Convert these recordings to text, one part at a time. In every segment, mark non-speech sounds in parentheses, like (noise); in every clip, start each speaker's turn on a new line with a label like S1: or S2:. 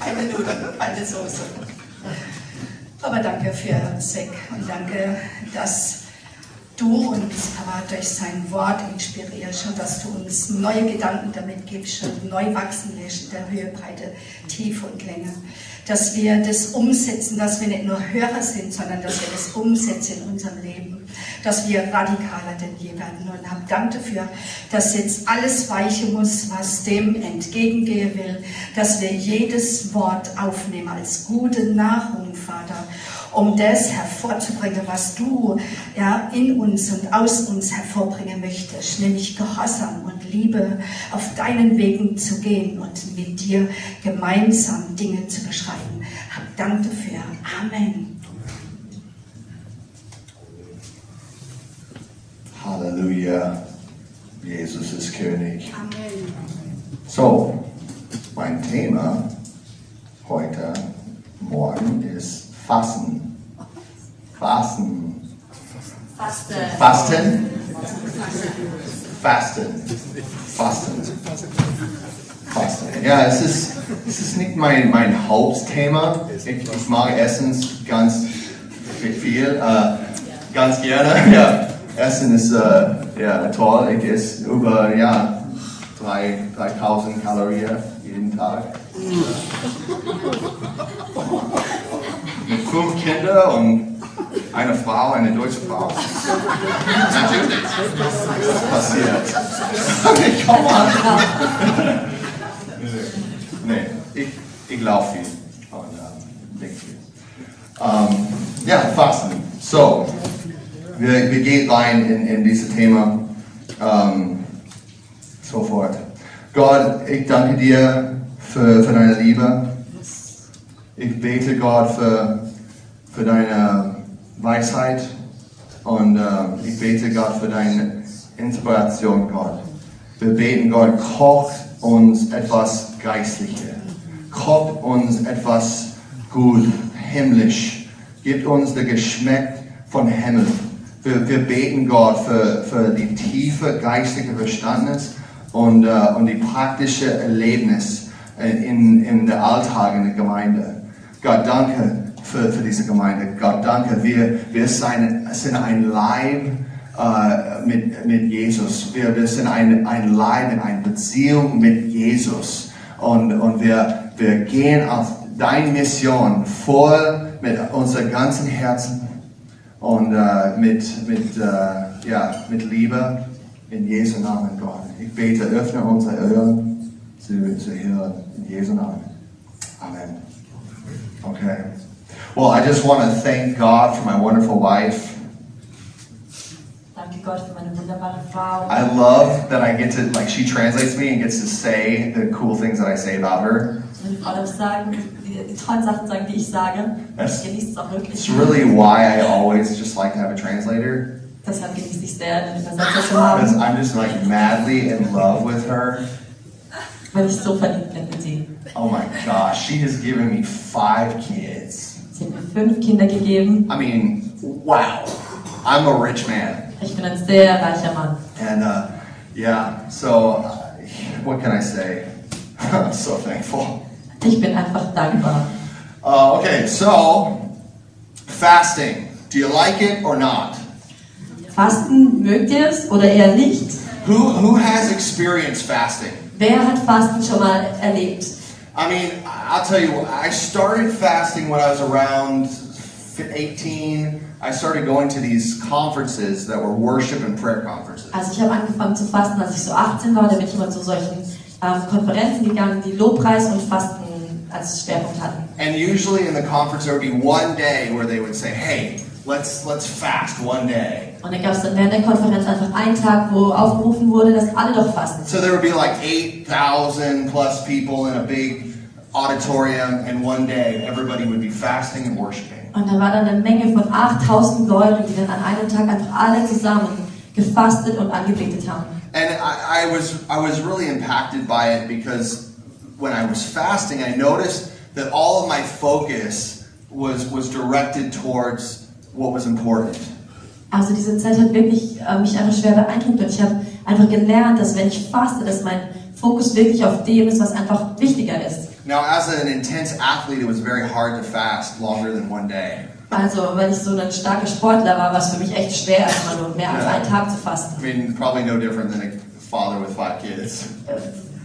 S1: Eine Nudel, eine Soße. Aber danke für Zack und danke, dass du uns aber durch sein Wort inspirierst und dass du uns neue Gedanken damit gibst und neu wachsen lässt in der Höhe, Breite, Tiefe und Länge. Dass wir das umsetzen, dass wir nicht nur Hörer sind, sondern dass wir das umsetzen in unserem Leben. Dass wir radikaler denn je werden. Und hab Dank dafür, dass jetzt alles weichen muss, was dem entgegengehen will. Dass wir jedes Wort aufnehmen als gute Nahrung, Vater um das hervorzubringen, was du ja, in uns und aus uns hervorbringen möchtest, nämlich Gehorsam und Liebe auf deinen Wegen zu gehen und mit dir gemeinsam Dinge zu beschreiben. Hab Dank dafür. Amen.
S2: Halleluja. Jesus ist König.
S1: Amen.
S2: So, mein Thema heute Morgen ist Fasten. Fasten.
S3: Fasten.
S2: Fasten. Fasten. Fasten. Fasten. Ja, es ist, es ist nicht mein, mein Hauptthema. Ich, ich mag Essen ganz viel, äh, ganz gerne. (laughs) Ja, Essen ist äh, ja, toll. Ich esse über ja, drei- 3000 Kalorien jeden Tag. Mit fünf Kindern und einer Frau, eine deutsche Frau. Natürlich. Das passiert. (laughs) Okay, komm mal. nee, ich, ich laufe viel. Und, ähm, denk viel. Ähm, ja, Fasten. So, wir, wir gehen rein in, in dieses Thema ähm, sofort. Gott, ich danke dir für, für deine Liebe. Ich bete Gott für, für deine Weisheit und äh, ich bete Gott für deine Inspiration, Gott. Wir beten Gott, koch uns etwas Geistliches. Koch uns etwas gut, himmlisch. Gib uns den Geschmack von Himmel. Wir, wir beten Gott für, für die tiefe geistige Verstandnis und, äh, und die praktische Erlebnis äh, in, in der Alltag in der Gemeinde. Gott, danke für, für diese Gemeinde. Gott, danke. Wir, wir sein, sind ein Leib äh, mit, mit Jesus. Wir, wir sind ein, ein Leib in einer Beziehung mit Jesus. Und, und wir, wir gehen auf deine Mission voll mit unserem ganzen Herzen und äh, mit, mit, äh, ja, mit Liebe in Jesu Namen, Gott. Ich bete, öffne unsere Ohren zu, zu hören in Jesu Namen. Amen. Okay. Well, I just want to thank God for my wonderful wife.
S3: Danke Gott für meine wunderbare Frau.
S2: I love that I get to, like, she translates me and gets to say the cool things that I say about her.
S3: Wenn die Frau darf sagen, die, die tollen Sachen sagen, die ich sage.
S2: Es-
S3: Ich genieße es auch wirklich.
S2: It's really why I always just like to have a translator.
S3: Deshalb genieße ich sehr, einen Übersetzer zu
S2: Because
S3: haben,
S2: I'm just, like, madly in love with her.
S3: weil ich so verliebt bin in sie.
S2: Oh my gosh, she has given me five kids.
S3: Sie hat mir fünf Kinder gegeben.
S2: I mean, wow. I'm a rich man.
S3: Ich bin ein sehr reicher Mann.
S2: And uh, yeah, so uh, what can I say? (laughs) I'm so thankful.
S3: Ich bin einfach dankbar.
S2: Uh, okay, so fasting. Do you like it or not?
S3: Fasten mögt ihr es oder eher nicht?
S2: Who, who has experienced fasting?
S3: Wer hat Fasten schon mal erlebt?
S2: I mean, I- I'll tell you, what, I started fasting when I was around f- 18. I started going to these conferences that were worship and prayer conferences.
S3: Also ich habe angefangen zu fasten, als ich so 18 war. Da bin ich immer zu solchen ähm, Konferenzen gegangen, die Lobpreis und Fasten als Schwerpunkt hatten.
S2: And usually in the conference there would be one day where they would say, "Hey, let's let's fast one day."
S3: Und dann gab es dann während der Konferenz einfach einen Tag, wo aufgerufen wurde, dass alle doch fasten.
S2: So there would be like 8,000 plus people in a big auditorium and one day everybody would be fasting and worshiping.
S3: Und da war dann eine Menge von 8000 Leuten, die dann an einem Tag einfach alle zusammen gefastet und angebetet haben.
S2: And I, I was I was really impacted by it because when I was fasting, I noticed that all of my focus was was directed towards what was important.
S3: Also diese Zeit hat wirklich äh, mich einfach schwer beeindruckt und ich habe einfach gelernt, dass wenn ich faste, dass mein Fokus wirklich auf dem ist, was einfach wichtiger ist.
S2: Now, as an intense athlete, it was very hard to fast longer than one day.
S3: Also, weil ich so ein starker Sportler war, war es für mich echt schwer, immer nur mehr als einen Tag zu fasten.
S2: I mean, probably no different than a father with five kids.
S3: Äh,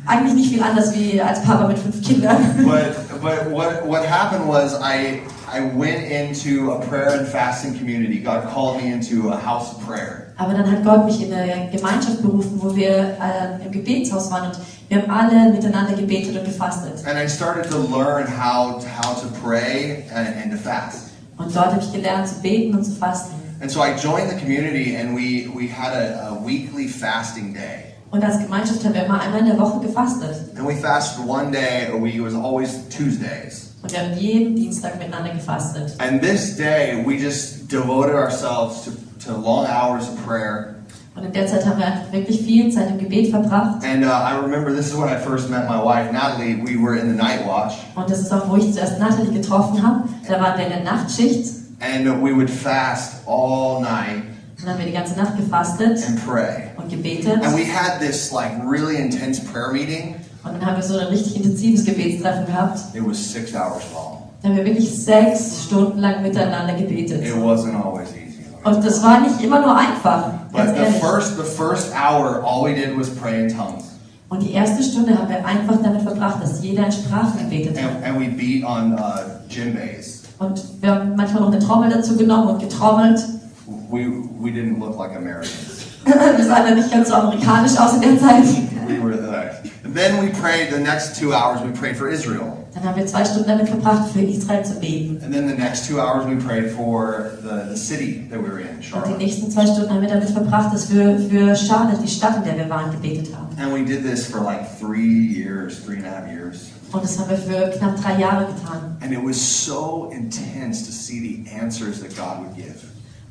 S3: Eigentlich nicht viel anders wie als Papa mit fünf Kindern.
S2: But but what what happened was I I went into a prayer and fasting community. God called me into a house of prayer.
S3: Aber dann hat Gott mich in eine Gemeinschaft berufen, wo wir äh, im Gebetshaus waren und wir haben alle miteinander gebetet und gefastet.
S2: And I started to learn how how to pray and, and to fast.
S3: Und dort habe ich gelernt zu beten und zu fasten.
S2: And so I joined the community and we, we had a, a weekly fasting day.
S3: Und als Gemeinschaft haben wir immer einmal in der Woche gefastet.
S2: And we fasted one day a week, it was always Tuesdays.
S3: Und wir haben jeden Dienstag miteinander gefastet.
S2: And this day, we just devoted ourselves to, to long hours of prayer.
S3: Und in der Zeit haben wir einfach wirklich viel Zeit im Gebet verbracht.
S2: And uh, I remember this is when I first met my wife, Natalie. We were in the night watch,
S3: Und das ist auch, wo ich zuerst Natalie getroffen habe. Da waren wir in der Nachtschicht
S2: and we would fast all night
S3: und dann haben wir die ganze Nacht gefastet
S2: and pray.
S3: und gebetet.
S2: And we had this like really intense prayer meeting.
S3: Und dann haben wir so ein richtig intensives Gebetstreffen gehabt.
S2: It was six hours long.
S3: Da haben wir wirklich sechs Stunden lang miteinander gebetet.
S2: It wasn't always easy.
S3: Und das war nicht immer nur einfach.
S2: But
S3: Ganz
S2: the
S3: ehrlich.
S2: first, the first hour, all we did was pray in tongues,
S3: Und die erste Stunde haben wir einfach damit verbracht, dass jeder in Sprachen gebetet hat.
S2: and, and we beat on uh, djembes.
S3: Und wir haben manchmal noch eine Trommel dazu genommen und getrommelt. (laughs)
S2: We we didn't look like Americans.
S3: Wir sahen dann nicht ganz so amerikanisch aus in der Zeit.
S2: We were there. Then we prayed the next two hours. We prayed for Israel,
S3: Dann haben wir zwei Stunden damit verbracht, für Israel zu beten.
S2: and then the next two hours we prayed for the, the city that we were in,
S3: Und die
S2: Charlotte.
S3: nächsten zwei Stunden haben wir damit verbracht, dass wir für Charlotte, die Stadt, in der wir waren, gebetet haben.
S2: And we did this for like three years, three and a half years.
S3: Und das haben wir für knapp drei Jahre getan.
S2: And it was so intense to see the answers that God would give.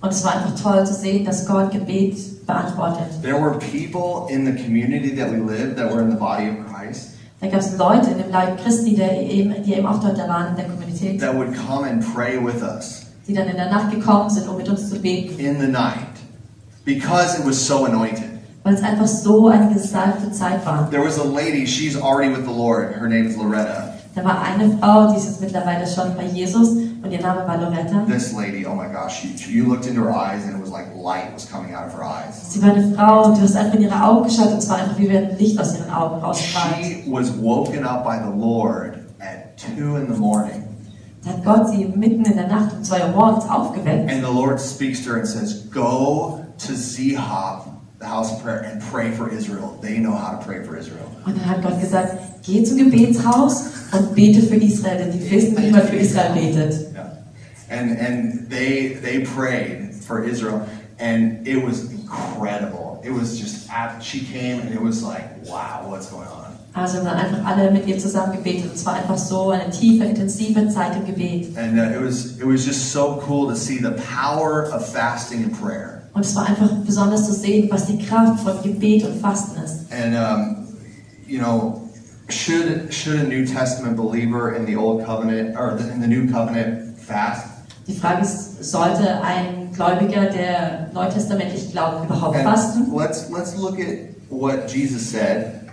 S3: Und es war einfach toll zu sehen, dass Gott Gebet beantwortet.
S2: There were people in the community that we lived that were in the body of Christ
S3: Da gab es Leute in dem Leib Christi, der eben, die eben auch dort da waren in der Kommunität,
S2: that would come and pray with us
S3: die dann in der Nacht gekommen sind, um mit uns zu beten,
S2: in the night because it was so anointed.
S3: weil es einfach so eine gesalbte Zeit war.
S2: There was a lady, she's already with the Lord. Her name is Loretta.
S3: Da war eine Frau, die ist jetzt mittlerweile schon bei Jesus und ihr Name war Loretta.
S2: This lady, oh my gosh, she, she- you looked into her eyes and it was like light was coming out of her eyes.
S3: Sie war eine Frau und du hast einfach in ihre Augen geschaut und es war einfach wie wenn ein Licht aus ihren Augen rausstrahlt.
S2: She was woken up by the Lord at 2 in the morning.
S3: Da hat Gott sie mitten in der Nacht um 2 Uhr morgens aufgeweckt
S2: And the Lord speaks to her and says, Go to Zehop, the house of prayer, and pray for Israel. They know how to pray for Israel.
S3: und dann hat Gott gesagt, geh zum Gebetshaus und bete für Israel, denn die wissen, wie man für Israel betet.
S2: Yeah. And and they they prayed for Israel, and it was incredible. It was just ab- she came and it was like, wow, what's going on?
S3: Also haben dann einfach alle mit ihr zusammen gebetet und es war einfach so eine tiefe, intensive Zeit im Gebet.
S2: And uh, it was it was just so cool to see the power of fasting and prayer.
S3: Und es war einfach besonders zu sehen, was die Kraft von Gebet und Fasten ist.
S2: And um, you know, should should a New Testament believer in the Old Covenant or the, in the New Covenant fast?
S3: Die Frage ist, sollte ein Gläubiger, der neutestamentlich glaubt, überhaupt fasten?
S2: And let's let's look at what Jesus said,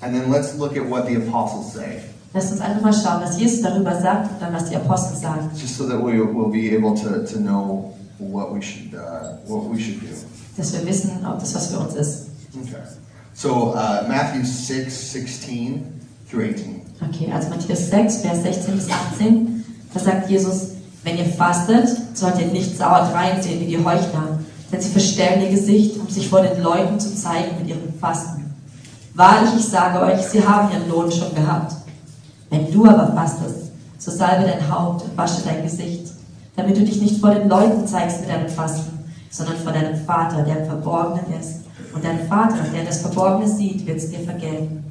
S2: and then let's look at what the apostles say.
S3: Lasst uns einfach mal schauen, was Jesus darüber sagt und dann was die Apostel sagen.
S2: just so that we will be able to, to know what we should uh, what we should do.
S3: Dass wir wissen, ob das was für uns ist.
S2: Okay. So uh, Matthew six sixteen through eighteen.
S3: Okay, also Matthäus 6, Vers 16 bis 18, da sagt Jesus, wenn ihr fastet, sollt ihr nicht sauer reinsehen wie die Heuchler, denn sie verstellen ihr Gesicht, um sich vor den Leuten zu zeigen mit ihrem Fasten. Wahrlich, ich sage euch, sie haben ihren Lohn schon gehabt. Wenn du aber fastest, so salbe dein Haupt und wasche dein Gesicht, damit du dich nicht vor den Leuten zeigst mit deinem Fasten, sondern vor deinem Vater, der im Verborgenen ist. Und dein Vater, der das Verborgene sieht, wird es dir vergelten.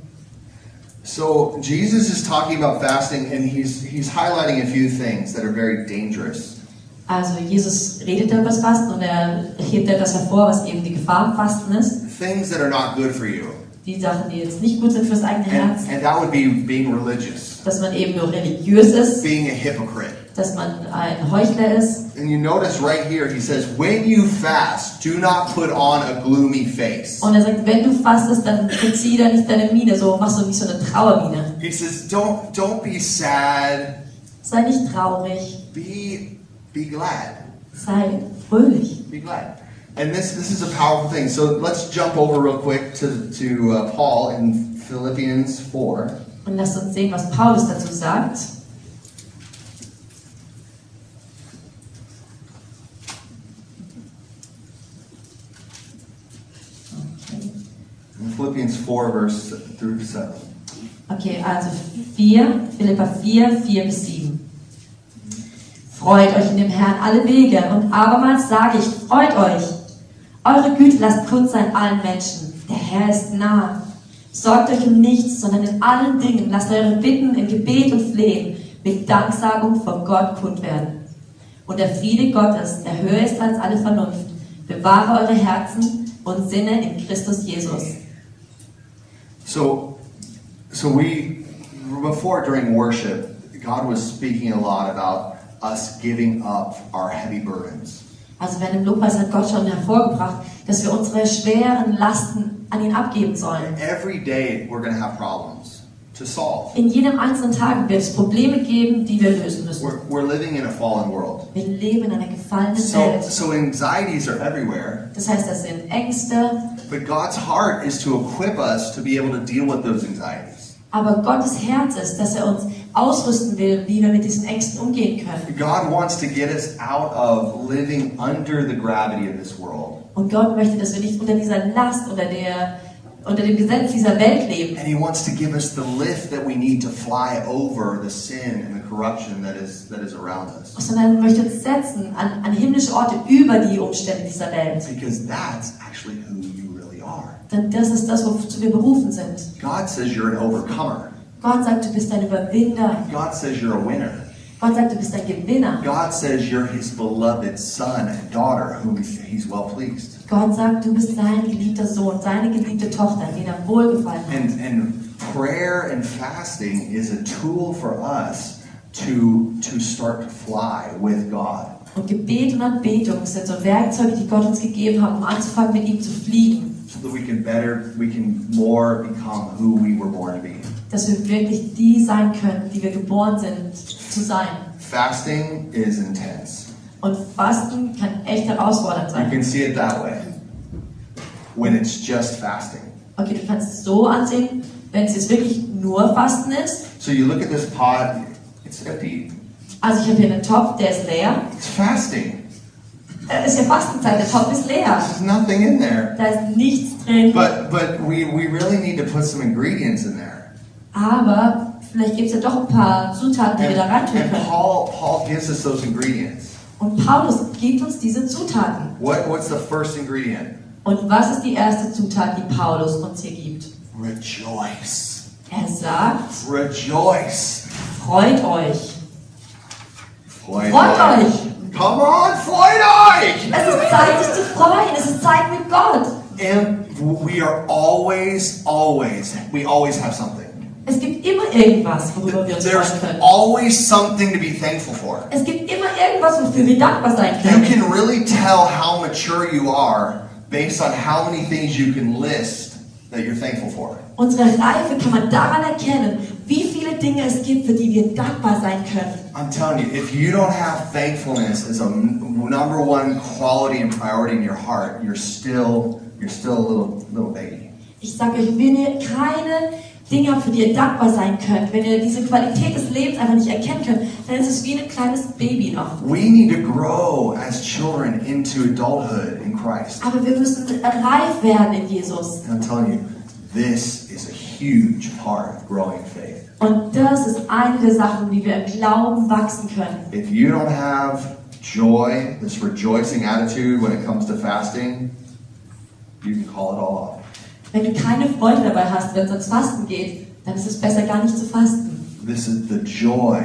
S2: So Jesus is talking about fasting, and he's he's highlighting a few things that are very dangerous.
S3: Also Jesus redet über das Fasten und er hebt etwas hervor, was eben die Gefahr am Fasten ist.
S2: Things that are not good for you,
S3: Die Sachen, die jetzt nicht gut sind fürs eigene
S2: and,
S3: Herz.
S2: and that would be being religious,
S3: Dass man eben nur religiös ist,
S2: being a hypocrite,
S3: dass man ein Heuchler ist.
S2: And you notice right here, he says, When you fast, do not put on a gloomy face.
S3: Und er sagt, wenn du fastest, dann verzieh da nicht deine Miene, so machst du nicht so eine Trauermiene.
S2: He says, Don't don't be sad,
S3: Sei nicht traurig,
S2: be be glad.
S3: sei fröhlich.
S2: Be glad. And this this is a powerful thing. So let's jump over real quick to, to uh, Paul in Philippians 4.
S3: Und lasst uns sehen, was Paulus dazu sagt. Okay.
S2: Philippians 4, verse through 7.
S3: Okay, also 4, Philippa 4, 4 bis 7. Freut euch in dem Herrn alle Wege und abermals sage ich, freut euch. Eure Güte lasst kund sein allen Menschen. Der Herr ist nah. Sorgt euch um nichts, sondern in allen Dingen lasst eure Bitten in Gebet und Flehen mit Danksagung vor Gott kund werden. Und der Friede Gottes, der höher ist als alle Vernunft, bewahre eure Herzen und Sinne in Christus Jesus.
S2: So, so we before during worship, God was speaking a lot about us giving up our heavy burdens.
S3: Also wenn im Lobpreis hat Gott schon hervorgebracht, dass wir unsere schweren Lasten an ihn abgeben sollen.
S2: Every day we're going to have problems to solve.
S3: In jedem einzelnen Tag wird es Probleme geben, die wir lösen müssen.
S2: We're, we're living in a fallen world.
S3: Wir leben in einer gefallenen
S2: So,
S3: Welt.
S2: so anxieties are everywhere,
S3: Das heißt, das sind Ängste,
S2: but God's heart is to equip us to be able to deal with those anxieties.
S3: aber Gottes Herz ist, dass er uns ausrüsten will, wie wir mit diesen Ängsten umgehen können.
S2: God wants to get us out of living under the gravity of this world,
S3: Und Gott möchte, dass wir nicht unter dieser Last, unter, der, unter dem Gesetz dieser Welt leben.
S2: and He wants to give us the lift that we need to fly over the sin and the corruption that is that is around us.
S3: Sondern er möchte uns setzen an, an himmlische Orte über die Umstände dieser Welt.
S2: Because that's actually who you really are.
S3: Denn das ist das, wozu wir berufen sind.
S2: God says you're an overcomer.
S3: Gott sagt, du bist ein Überwinder.
S2: God says you're a winner.
S3: Gott sagt, du bist ein Gewinner.
S2: God says you're his beloved son and daughter whom he's well pleased.
S3: Gott sagt, du bist sein geliebter Sohn, seine geliebte Tochter, den er wohlgefallen hat.
S2: And and prayer and fasting is a tool for us to to start to fly with God.
S3: Und Gebet und Anbetung sind so Werkzeuge, die Gott uns gegeben hat, um anzufangen, mit ihm zu fliegen.
S2: So that we can better, we can more become who we were born to be.
S3: Dass wir wirklich die sein können, die wir geboren sind, zu sein.
S2: Fasting is intense.
S3: Und Fasten kann echt herausfordernd
S2: You
S3: sein.
S2: can see it that way. When it's just fasting.
S3: Okay, du kannst es so ansehen, wenn es jetzt wirklich nur Fasten ist.
S2: So you look at this pot, it's empty.
S3: Also ich habe hier einen Topf, der ist leer.
S2: It's fasting.
S3: Da ist ja Fastenzeit, der Topf ist leer.
S2: There's nothing in there.
S3: Da ist nichts drin.
S2: But but we, we really need to put some ingredients in there.
S3: Aber vielleicht gibt es ja doch ein paar Zutaten, die wir
S2: And,
S3: da reintun
S2: and
S3: können.
S2: Paul Paul gives us those ingredients.
S3: Und Paulus gibt uns diese Zutaten.
S2: What what's the first ingredient?
S3: Und was ist die erste Zutat, die Paulus uns hier gibt?
S2: Rejoice.
S3: Er sagt,
S2: Rejoice.
S3: freut euch.
S2: Freut
S3: Freut euch.
S2: Come on, Freud
S3: Es ist Zeit, sich zu freuen. Es ist Zeit mit Gott.
S2: And we are always, always, we always have something.
S3: Es gibt immer irgendwas, worüber wir uns freuen
S2: There's
S3: können.
S2: always something to be thankful for.
S3: Es gibt immer irgendwas, wofür wir dankbar sein
S2: You
S3: können.
S2: can really tell how mature you are based on how many things you can list that you're thankful for.
S3: Unsere Reife kann man daran erkennen, wie viele Dinge es gibt, für die wir dankbar sein können.
S2: I'm telling you, if you don't have thankfulness as a m- number one quality and priority in your heart, you're still you're still a little little baby.
S3: Ich sage euch, wenn ihr keine Dinge habt, für die ihr dankbar sein könnt, wenn ihr diese Qualität des Lebens einfach nicht erkennen könnt, dann ist es wie ein kleines Baby noch.
S2: We need to grow as children into adulthood in Christ.
S3: Aber wir müssen reif werden in Jesus.
S2: And I'm telling you, this is a huge part of growing in faith.
S3: Und das ist eine der Sachen, wie wir im Glauben wachsen können.
S2: If you don't have joy, this rejoicing attitude when it comes to fasting, you can call it all off.
S3: Wenn du keine Freude dabei hast, wenn es ans Fasten geht, dann ist es besser, gar nicht zu fasten.
S2: This is the joy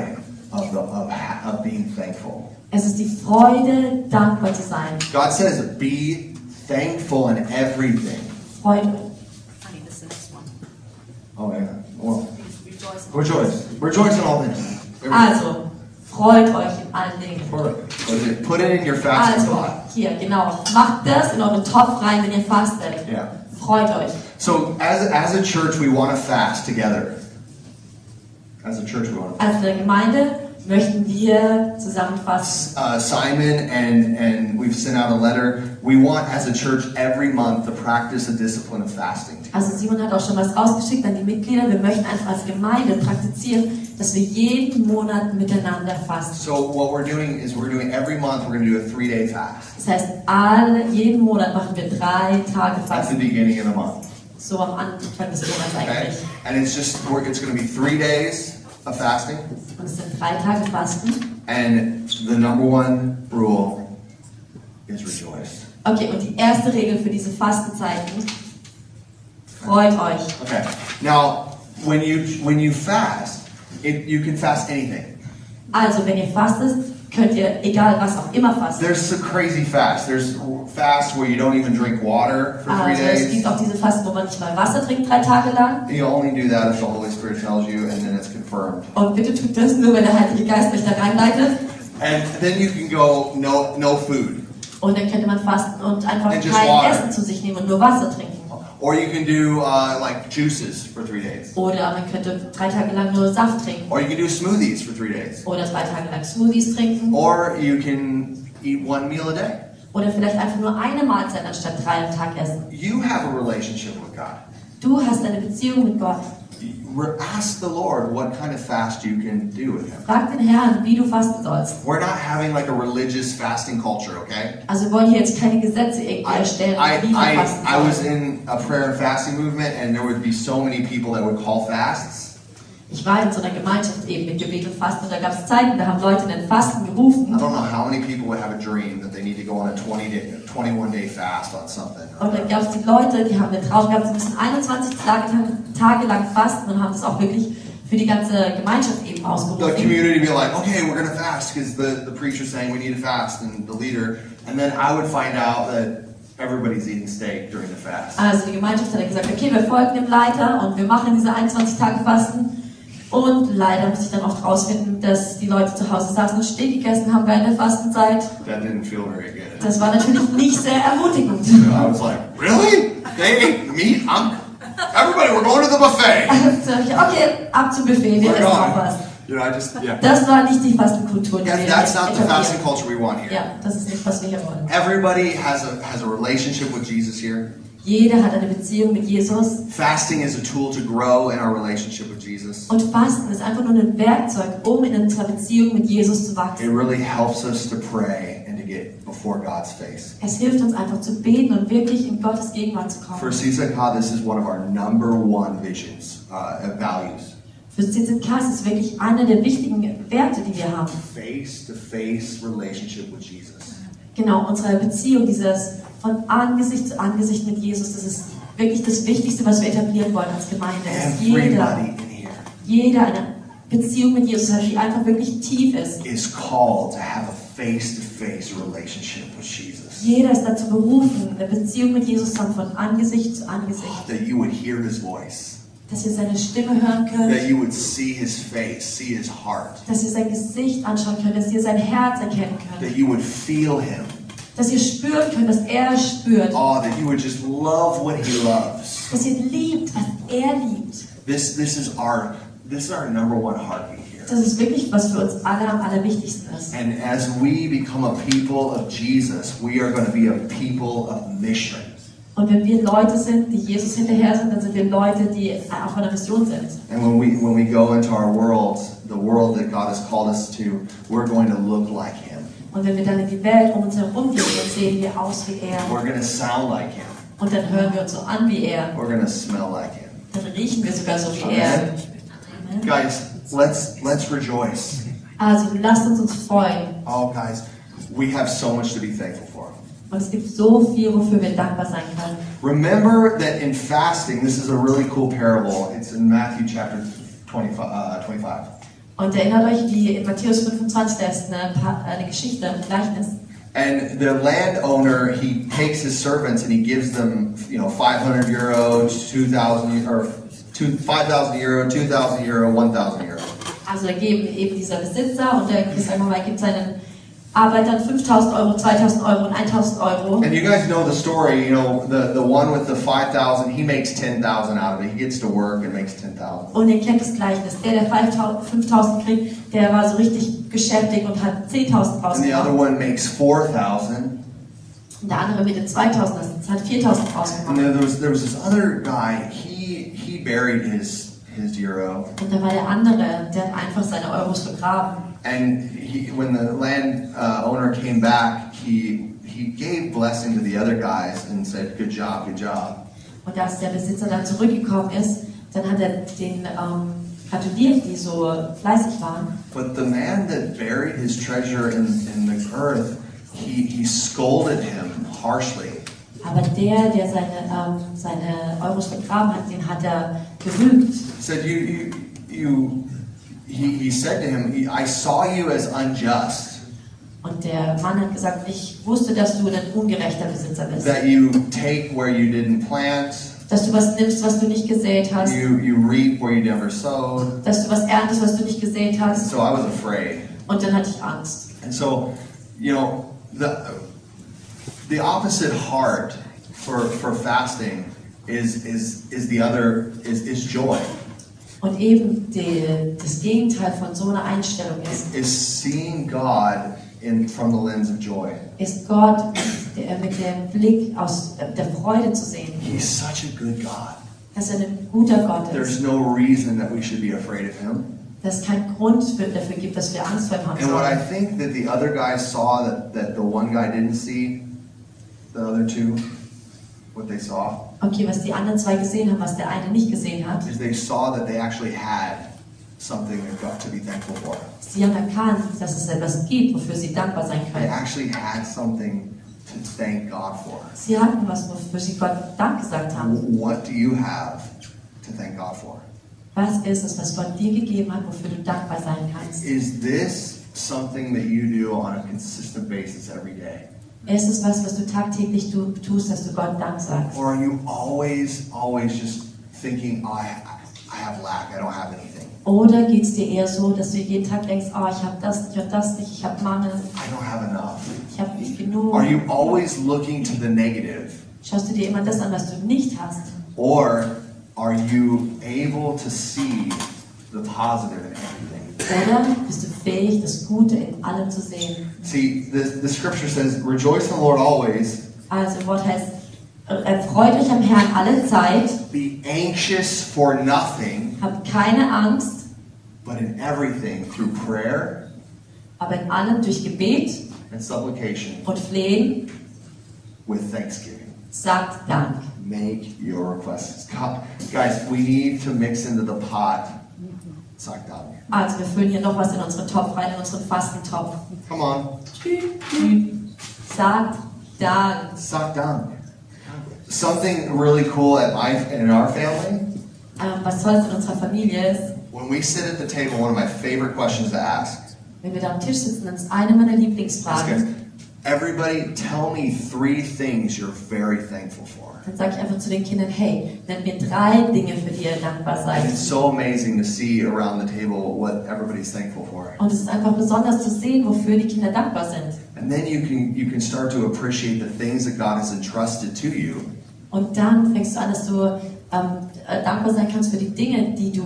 S2: of, the, of, ha- of being thankful.
S3: Es ist die Freude, dankbar zu sein.
S2: God says, be thankful in everything.
S3: Freude.
S4: I mean, this next one.
S2: Oh, yeah. Well,
S4: Please rejoice.
S2: rejoice. Rejoice in all things.
S3: Also, freut euch im allen Dingen.
S2: Perfect. What is it? Put it in your fasting
S3: Also,
S2: pot.
S3: hier, genau. Macht das in euren Topf rein, wenn ihr fastet.
S2: Ja.
S3: Freut euch.
S2: So as, as a church, we want to fast together. As a church, we want to.
S3: Als eine Also, Gemeinde möchten wir zusammen fasten.
S2: Uh, Simon and and we've sent out a letter. We want, as a church, every month to practice a discipline of fasting.
S3: Also Simon hat auch schon was rausgeschickt an die Mitglieder. Wir möchten einfach als Gemeinde praktizieren, dass wir jeden Monat miteinander fasten.
S2: So what we're doing is we're doing every month. We're going to do a three-day fast
S3: Das heißt, alle, jeden Monat machen wir drei Tage
S2: at the
S3: Fasten.
S2: beginning of the month.
S3: So am Anfang des Monats
S2: Okay,
S3: eigentlich.
S2: and it's just we're, it's going to be three days of fasting,
S3: Und es sind drei Tage Fasten.
S2: and the number one rule is rejoice.
S3: Okay, und die erste Regel für diese Fastenzeiten, freut euch.
S2: Okay, now when you when you fast, it, you can fast anything.
S3: Also, wenn ihr fastet, könnt ihr, egal was auch immer, fasten.
S2: There's some crazy fasts. There's fasts where you don't even drink water for three
S3: Also, es gibt
S2: days.
S3: auch diese Fasten, wo man nicht mal Wasser trinkt, drei Tage lang.
S2: You only do that if the Holy Spirit tells you, and then it's confirmed.
S3: Und bitte tut das nur, wenn der Heilige Geist euch da reinleitet.
S2: And then you can go no no food,
S3: Und dann könnte man fasten und einfach
S2: And just water.
S3: kein Essen zu sich nehmen und nur Wasser trinken.
S2: or you can do uh, like juices for three days,
S3: Oder man könnte drei Tage lang nur Saft trinken.
S2: or you can do smoothies for three days.
S3: Oder zwei Tage lang Smoothies trinken.
S2: Or you can eat one meal a day.
S3: Oder vielleicht einfach nur eine Mahlzeit anstatt drei am Tag essen.
S2: You have a relationship with God.
S3: Du hast eine Beziehung mit Gott.
S2: You- we're- Ask the Lord what kind of fast you can do with Him.
S3: Frag den Herrn, wie du fasten sollst.
S2: We're not having like a religious fasting culture, okay?
S3: Also wir wollen hier jetzt keine Gesetze irgendwie
S2: I,
S3: erstellen,
S2: I,
S3: wie wir fasten
S2: I, I was
S3: sollen.
S2: in a prayer and fasting movement, and there would be so many people that would call fasts.
S3: Ich war in so einer Gemeinschaft eben mit Gebet und Fasten und da gab es Zeiten, da haben Leute in den Fasten gerufen
S2: I
S3: und
S2: don't know how many people would have a dream that they need to go on a 20 day, 21 day fast on something.
S3: dann gab es die Leute, die haben den Traum gehabt, sie müssen 21 Tage, Tage lang fasten und haben das auch wirklich für die ganze Gemeinschaft eben
S2: the
S3: ausgerufen.
S2: community be like, okay, we're gonna fast because the, the preacher's saying we need to fast and the leader, and then I would find out that everybody's eating steak during the fast.
S3: Also die Gemeinschaft hat dann gesagt, okay, wir folgen dem Leiter und wir machen diese 21 Tage Fasten. Und leider musste ich dann oft rausfinden, dass die Leute zu Hause saßen und Steak gegessen haben während der Fastenzeit.
S2: That didn't feel very good.
S3: Das war natürlich nicht sehr ermutigend. (laughs)
S2: So I was like, really? They ate meat? I'm everybody, we're going to the buffet.
S3: (laughs) So, okay, ab zum Buffet, wir
S2: We're
S3: essen auch was.
S2: going. You know, I just yeah.
S3: Das war nicht die Fastenkultur, die wir
S2: That- that's not the
S3: etablieren.
S2: fasting culture we want here.
S3: Ja, das ist nicht, was wir hier wollen.
S2: Everybody has a has a relationship with Jesus here.
S3: Jeder hat eine Beziehung mit Jesus
S2: Fasting is a tool to grow in our relationship with Jesus.
S3: und Fasten ist einfach nur ein Werkzeug, um in unserer Beziehung mit Jesus zu
S2: It
S3: wachsen.
S2: really helps us to pray and to get before God's face.
S3: Es hilft uns einfach zu beten und wirklich in Gottes Gegenwart zu
S2: For
S3: kommen.
S2: CSACA, this is one of our number one visions, uh, and values.
S3: Für CZK ist es wirklich einer der wichtigen Werte, die wir haben.
S2: Face to face relationship with Jesus.
S3: Genau, unsere Beziehung, dieses von Angesicht zu Angesicht mit Jesus, das ist wirklich das Wichtigste, was wir etablieren wollen als Gemeinde. Dass jeder,
S2: Everybody in here
S3: jeder eine Beziehung mit Jesus hat, die einfach wirklich tief ist.
S2: is called to have a face to face relationship with Jesus.
S3: Jeder ist dazu berufen, eine Beziehung mit Jesus zu haben, von Angesicht zu Angesicht.
S2: That you would hear his voice,
S3: Dass ihr seine Stimme hören
S2: that
S3: könnt,
S2: you would see his face, see his heart,
S3: dass ihr sein Gesicht anschauen könnt, dass ihr sein Herz erkennen könnt,
S2: that you would feel him,
S3: dass ihr spüren könnt, was er spürt,
S2: oh, that you would just love what he loves.
S3: dass ihr liebt, was er liebt.
S2: This, this is our, this is our number one heartbeat here.
S3: Das ist wirklich, was für uns alle am allerwichtigsten ist.
S2: And as we become a people of Jesus, we are going to be a people of mission.
S3: Und wenn wir Leute sind, die Jesus hinterher sind, dann sind wir Leute, die auf einer Mission sind.
S2: And when we when we go into our world, the world that God has called us to, we're going to look like Him.
S3: Und wenn wir dann in die Welt um uns herum gehen, dann sehen wir aus wie er.
S2: We're going to sound like Him.
S3: Und dann hören wir uns so an wie er.
S2: We're going to smell like Him.
S3: Dann riechen wir sogar so wie er.
S2: Amen. Guys, let's let's rejoice.
S3: Also lasst uns uns freuen.
S2: Oh, guys, we have so much to be thankful for.
S3: Und es gibt so viel, wofür wir dankbar sein können.
S2: Remember that in fasting, this is a really cool parable. It's in Matthew chapter 25. Uh, 25.
S3: Und erinnert euch, wie in Matthäus 25, da ist eine, Pa- äh, eine Geschichte, ein Gleichnis.
S2: And the landowner, he takes his servants and he gives them, you know, 500 euro, 2,000 or two, 5,000 euro, 2,000 euro, 1,000 euro.
S3: also ergeben eben dieser Besitzer und der Christian Mamai gibt seinen Arbeitern 5000 Euro, 2000 Euro und 1000 Euro.
S2: And you guys know the story, you know, the, the one with the 5,000, he makes 10,000 out of it. He gets to work and makes 10,000.
S3: Und ihr kennt das Gleichnis. Der, der 5000 5000 kriegt, der war so richtig geschäftig und hat 10.000
S2: And the other
S3: rausgemacht.
S2: one makes 4,000.
S3: Und der andere mit den 2000, das hat 4000
S2: And
S3: rausgemacht.
S2: then there was, there was this other guy, he, he buried his, his euro.
S3: Und da war der andere, der hat einfach seine Euros begraben.
S2: And he, when the land uh, owner came back, he, he gave blessing to the other guys and said, Good job, good job.
S3: Und als der Besitzer dann zurückgekommen ist, dann hat er den ähm, gratuliert, die so fleißig waren.
S2: But the man that buried his treasure in, in the earth, he, he scolded him harshly.
S3: Aber der, der seine, ähm, seine Euros begraben hat, den hat er gerügt.
S2: said you you, you he, he said to him he, i saw you as unjust
S3: Und der Mann hat gesagt, ich wusste, dass du ein ungerechter Besitzer bist.
S2: that you take where you didn't plant
S3: Dass du was nimmst, was du nicht gesät hast.
S2: you you reap where you never sowed
S3: Dass du was erntest, was du nicht gesät
S2: and
S3: hast.
S2: so i was afraid
S3: Und dann hatte ich Angst.
S2: and so you know the the opposite heart for for fasting is is is the other is is joy
S3: Und eben die, das Gegenteil von so einer Einstellung ist,
S2: is seeing god in from the lens of joy
S3: ist Gott der, mit dem Blick aus der Freude zu sehen.
S2: he's such a good god
S3: Dass er ein guter Gott ist.
S2: there's no reason that we should be afraid of him
S3: Dass es keinen Grund für, dafür gibt, dass wir Angst vor ihm haben
S2: And what I
S3: sollen.
S2: think that the other guy saw that, that the one guy didn't see, the other two, what they saw,
S3: Okay, was die anderen zwei gesehen haben, was der eine nicht gesehen hat.
S2: is they saw that they actually had something they've got to be thankful for.
S3: Sie haben erkannt, dass es etwas gibt, wofür sie dankbar sein
S2: They
S3: können.
S2: actually had something to thank God for.
S3: Sie hatten was, wofür sie Gott Dank gesagt haben.
S2: What do you have to thank God for?
S3: Was ist es, was Gott dir gegeben hat, wofür du dankbar sein kannst?
S2: Is this something that you do on a consistent basis every day?
S3: Ist es was, was du tagtäglich tu, tust, dass du Gott Dank sagst?
S2: Or are you always, always just thinking, "Oh, I, I have lack, I don't have anything?
S3: Oder geht es dir eher so, dass du jeden Tag denkst, oh, ich habe das nicht und das nicht, ich habe Mangel,
S2: I don't have enough.
S3: ich habe nicht genug?
S2: Are you always looking to the negative?
S3: Schaust du dir immer das an, was du nicht hast?
S2: Or are you able to see the positive in everything?
S3: Oder bist du fähig, das Gute in allem zu sehen?
S2: See, the, the scripture says, Rejoice in the Lord always,
S3: Also im Wort heißt, äh, freut euch am Herrn alle Zeit,
S2: be anxious for nothing,
S3: habt keine Angst,
S2: but in everything through prayer
S3: aber in allem durch Gebet
S2: and supplication
S3: und Flehen
S2: with thanksgiving.
S3: sagt Dank.
S2: Make your requests. God, guys, we need to mix into the pot. Sakdami.
S3: Also wir füllen hier noch was in unseren Topf rein, in unseren Fastentopf. Hm.
S2: Come on.
S3: Sagt Dank.
S2: Sakdami. Something really cool at my, in our family.
S3: Ähm, was sonst in unserer Familie ist,
S2: When we sit at the table, one of my favorite questions to ask
S3: wenn wir da am Tisch sitzen, dann ist eine meiner
S2: is
S3: Lieblingsfragen.
S2: good. Everybody, tell me three things you're very thankful for.
S3: Dann sage ich einfach zu den Kindern, hey, nenn mir drei Dinge, für die ihr dankbar
S2: And
S3: seid.
S2: it's so amazing to see around the table what everybody's thankful for.
S3: Und es ist einfach besonders zu sehen, wofür die Kinder dankbar sind.
S2: And then you can you can start to appreciate the things that God has entrusted to you
S3: Und dann fängst du an, dass du ähm, äh, dankbar sein kannst für die Dinge, die du,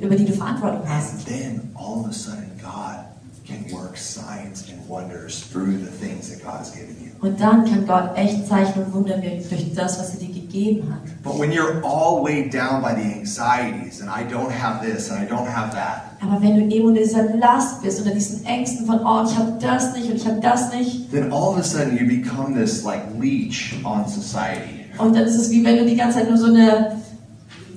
S3: über die du Verantwortung
S2: And
S3: hast.
S2: then all of a sudden God can work signs and wonders through the things that God has given you.
S3: Und dann kann Gott echt Zeichen und Wunder wirken durch das, was er dir gegeben hat.
S2: But when you're all weighed down by the anxieties and I don't have this and I don't have that,
S3: Aber wenn du eben unter dieser Last bist, unter diesen Ängsten von, oh, ich habe das nicht und ich habe das nicht,
S2: then all of a sudden you become this like leech on society.
S3: und dann ist es wie wenn du die ganze Zeit nur so eine,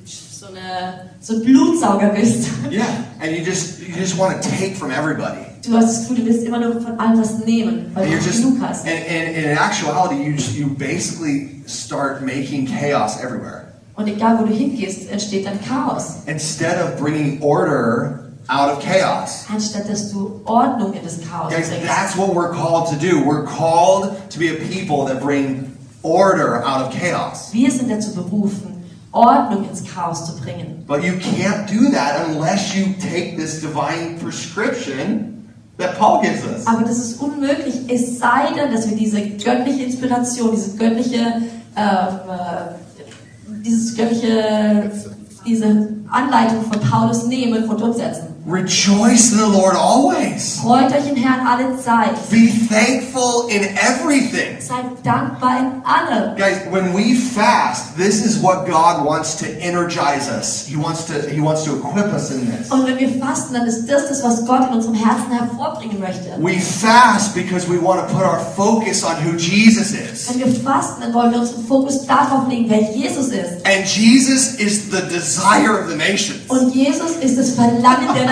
S3: so eine, so ein Blutsauger bist.
S2: Yeah, and you just you just want to take from everybody.
S3: Du hast das Gefühl, du willst immer nur von allem was nehmen, weil
S2: And you're
S3: du nicht
S2: just
S3: genug
S2: and,
S3: hast.
S2: and, and in actuality you just, you basically start making chaos everywhere.
S3: Und egal, wo du hingehst, entsteht dann Chaos.
S2: Instead of bringing order out of chaos.
S3: anstatt dass du Ordnung in das Chaos
S2: Guys,
S3: bringst.
S2: that's what we're called to do. We're called to be a people that bring order out of chaos.
S3: Wir sind dazu berufen, Ordnung ins Chaos zu bringen.
S2: But you can't do that unless you take this divine prescription that Paul gives us.
S3: Aber das ist unmöglich, es sei denn, dass wir diese göttliche Inspiration, diese göttliche, ähm, äh, dieses göttliche, diese Anleitung von Paulus nehmen und umsetzen.
S2: Rejoice in the Lord always.
S3: Freut euch im Herrn alle Zeit.
S2: Be thankful in everything.
S3: Seid dankbar in allem.
S2: Guys, when we fast, this is what God wants to energize us. He wants to he wants to equip us in this.
S3: Und wenn wir fasten, dann ist das das, was Gott in unserem Herzen hervorbringen möchte.
S2: We fast because we want to put our focus on who Jesus is.
S3: Wenn wir fasten, dann wollen wir unseren Fokus darauf legen, wer Jesus ist.
S2: And Jesus is the desire of the nations.
S3: Und Jesus ist das Verlangen der Nationen.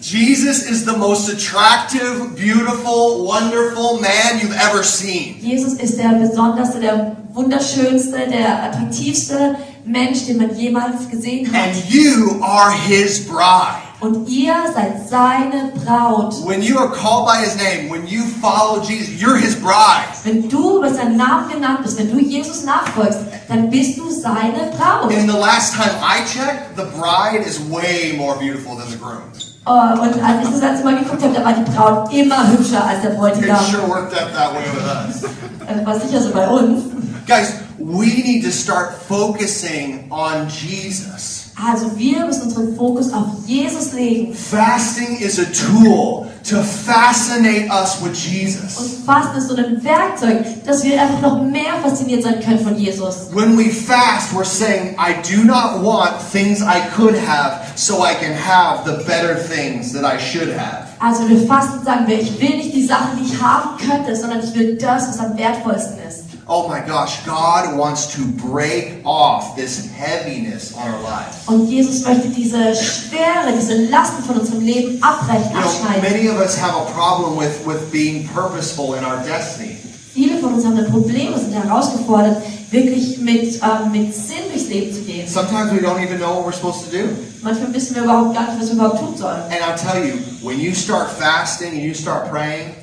S2: Jesus is the most attractive, beautiful, wonderful man you've ever seen.
S3: Jesus ist der besonderste, der wunderschönste, der attraktivste Mensch, den man jemals gesehen
S2: And
S3: hat.
S2: you are his bride.
S3: Und ihr seid seine Braut.
S2: When you are called by his name, when you follow Jesus, you're his bride.
S3: Wenn du über seinen Namen genannt bist, wenn du Jesus nachfolgst, dann bist du seine Braut. Äh,
S2: And the last time I checked, the bride is way more beautiful than the groom.
S3: Oh, und als ich das letzte Mal geguckt habe, da war die Braut immer hübscher als der
S2: It
S3: Bräutigam.
S2: sure worked out that way with us.
S3: Das war sicher so bei uns.
S2: Guys, we need to start focusing on Jesus.
S3: Also wir müssen unseren Fokus auf Jesus legen.
S2: Fasting is a tool to fascinate us with Jesus.
S3: Und Fasten ist so ein Werkzeug, dass wir einfach noch mehr fasziniert sein können von Jesus.
S2: When we fast, we're saying, I do not want things I could have so I can have the better things that I should have.
S3: Also wir fasten sagen wir, ich will nicht die Sachen, die ich haben könnte, sondern ich will das, was am wertvollsten ist.
S2: Oh my gosh, God wants to break off this heaviness on our lives.
S3: Und Jesus möchte diese Schwere, diese Lasten von unserem Leben abbrechen,
S2: You know,
S3: abschneiden.
S2: many of us have a problem with, with being purposeful in our destiny.
S3: Viele von uns haben ein Problem und sind herausgefordert, wirklich mit, ähm, mit Sinn durchs Leben zu gehen.
S2: Sometimes we don't even know what we're supposed to do.
S3: Manchmal wissen wir überhaupt gar nicht, was wir überhaupt tun sollen.
S2: And I'll tell you, when you start fasting and you start praying,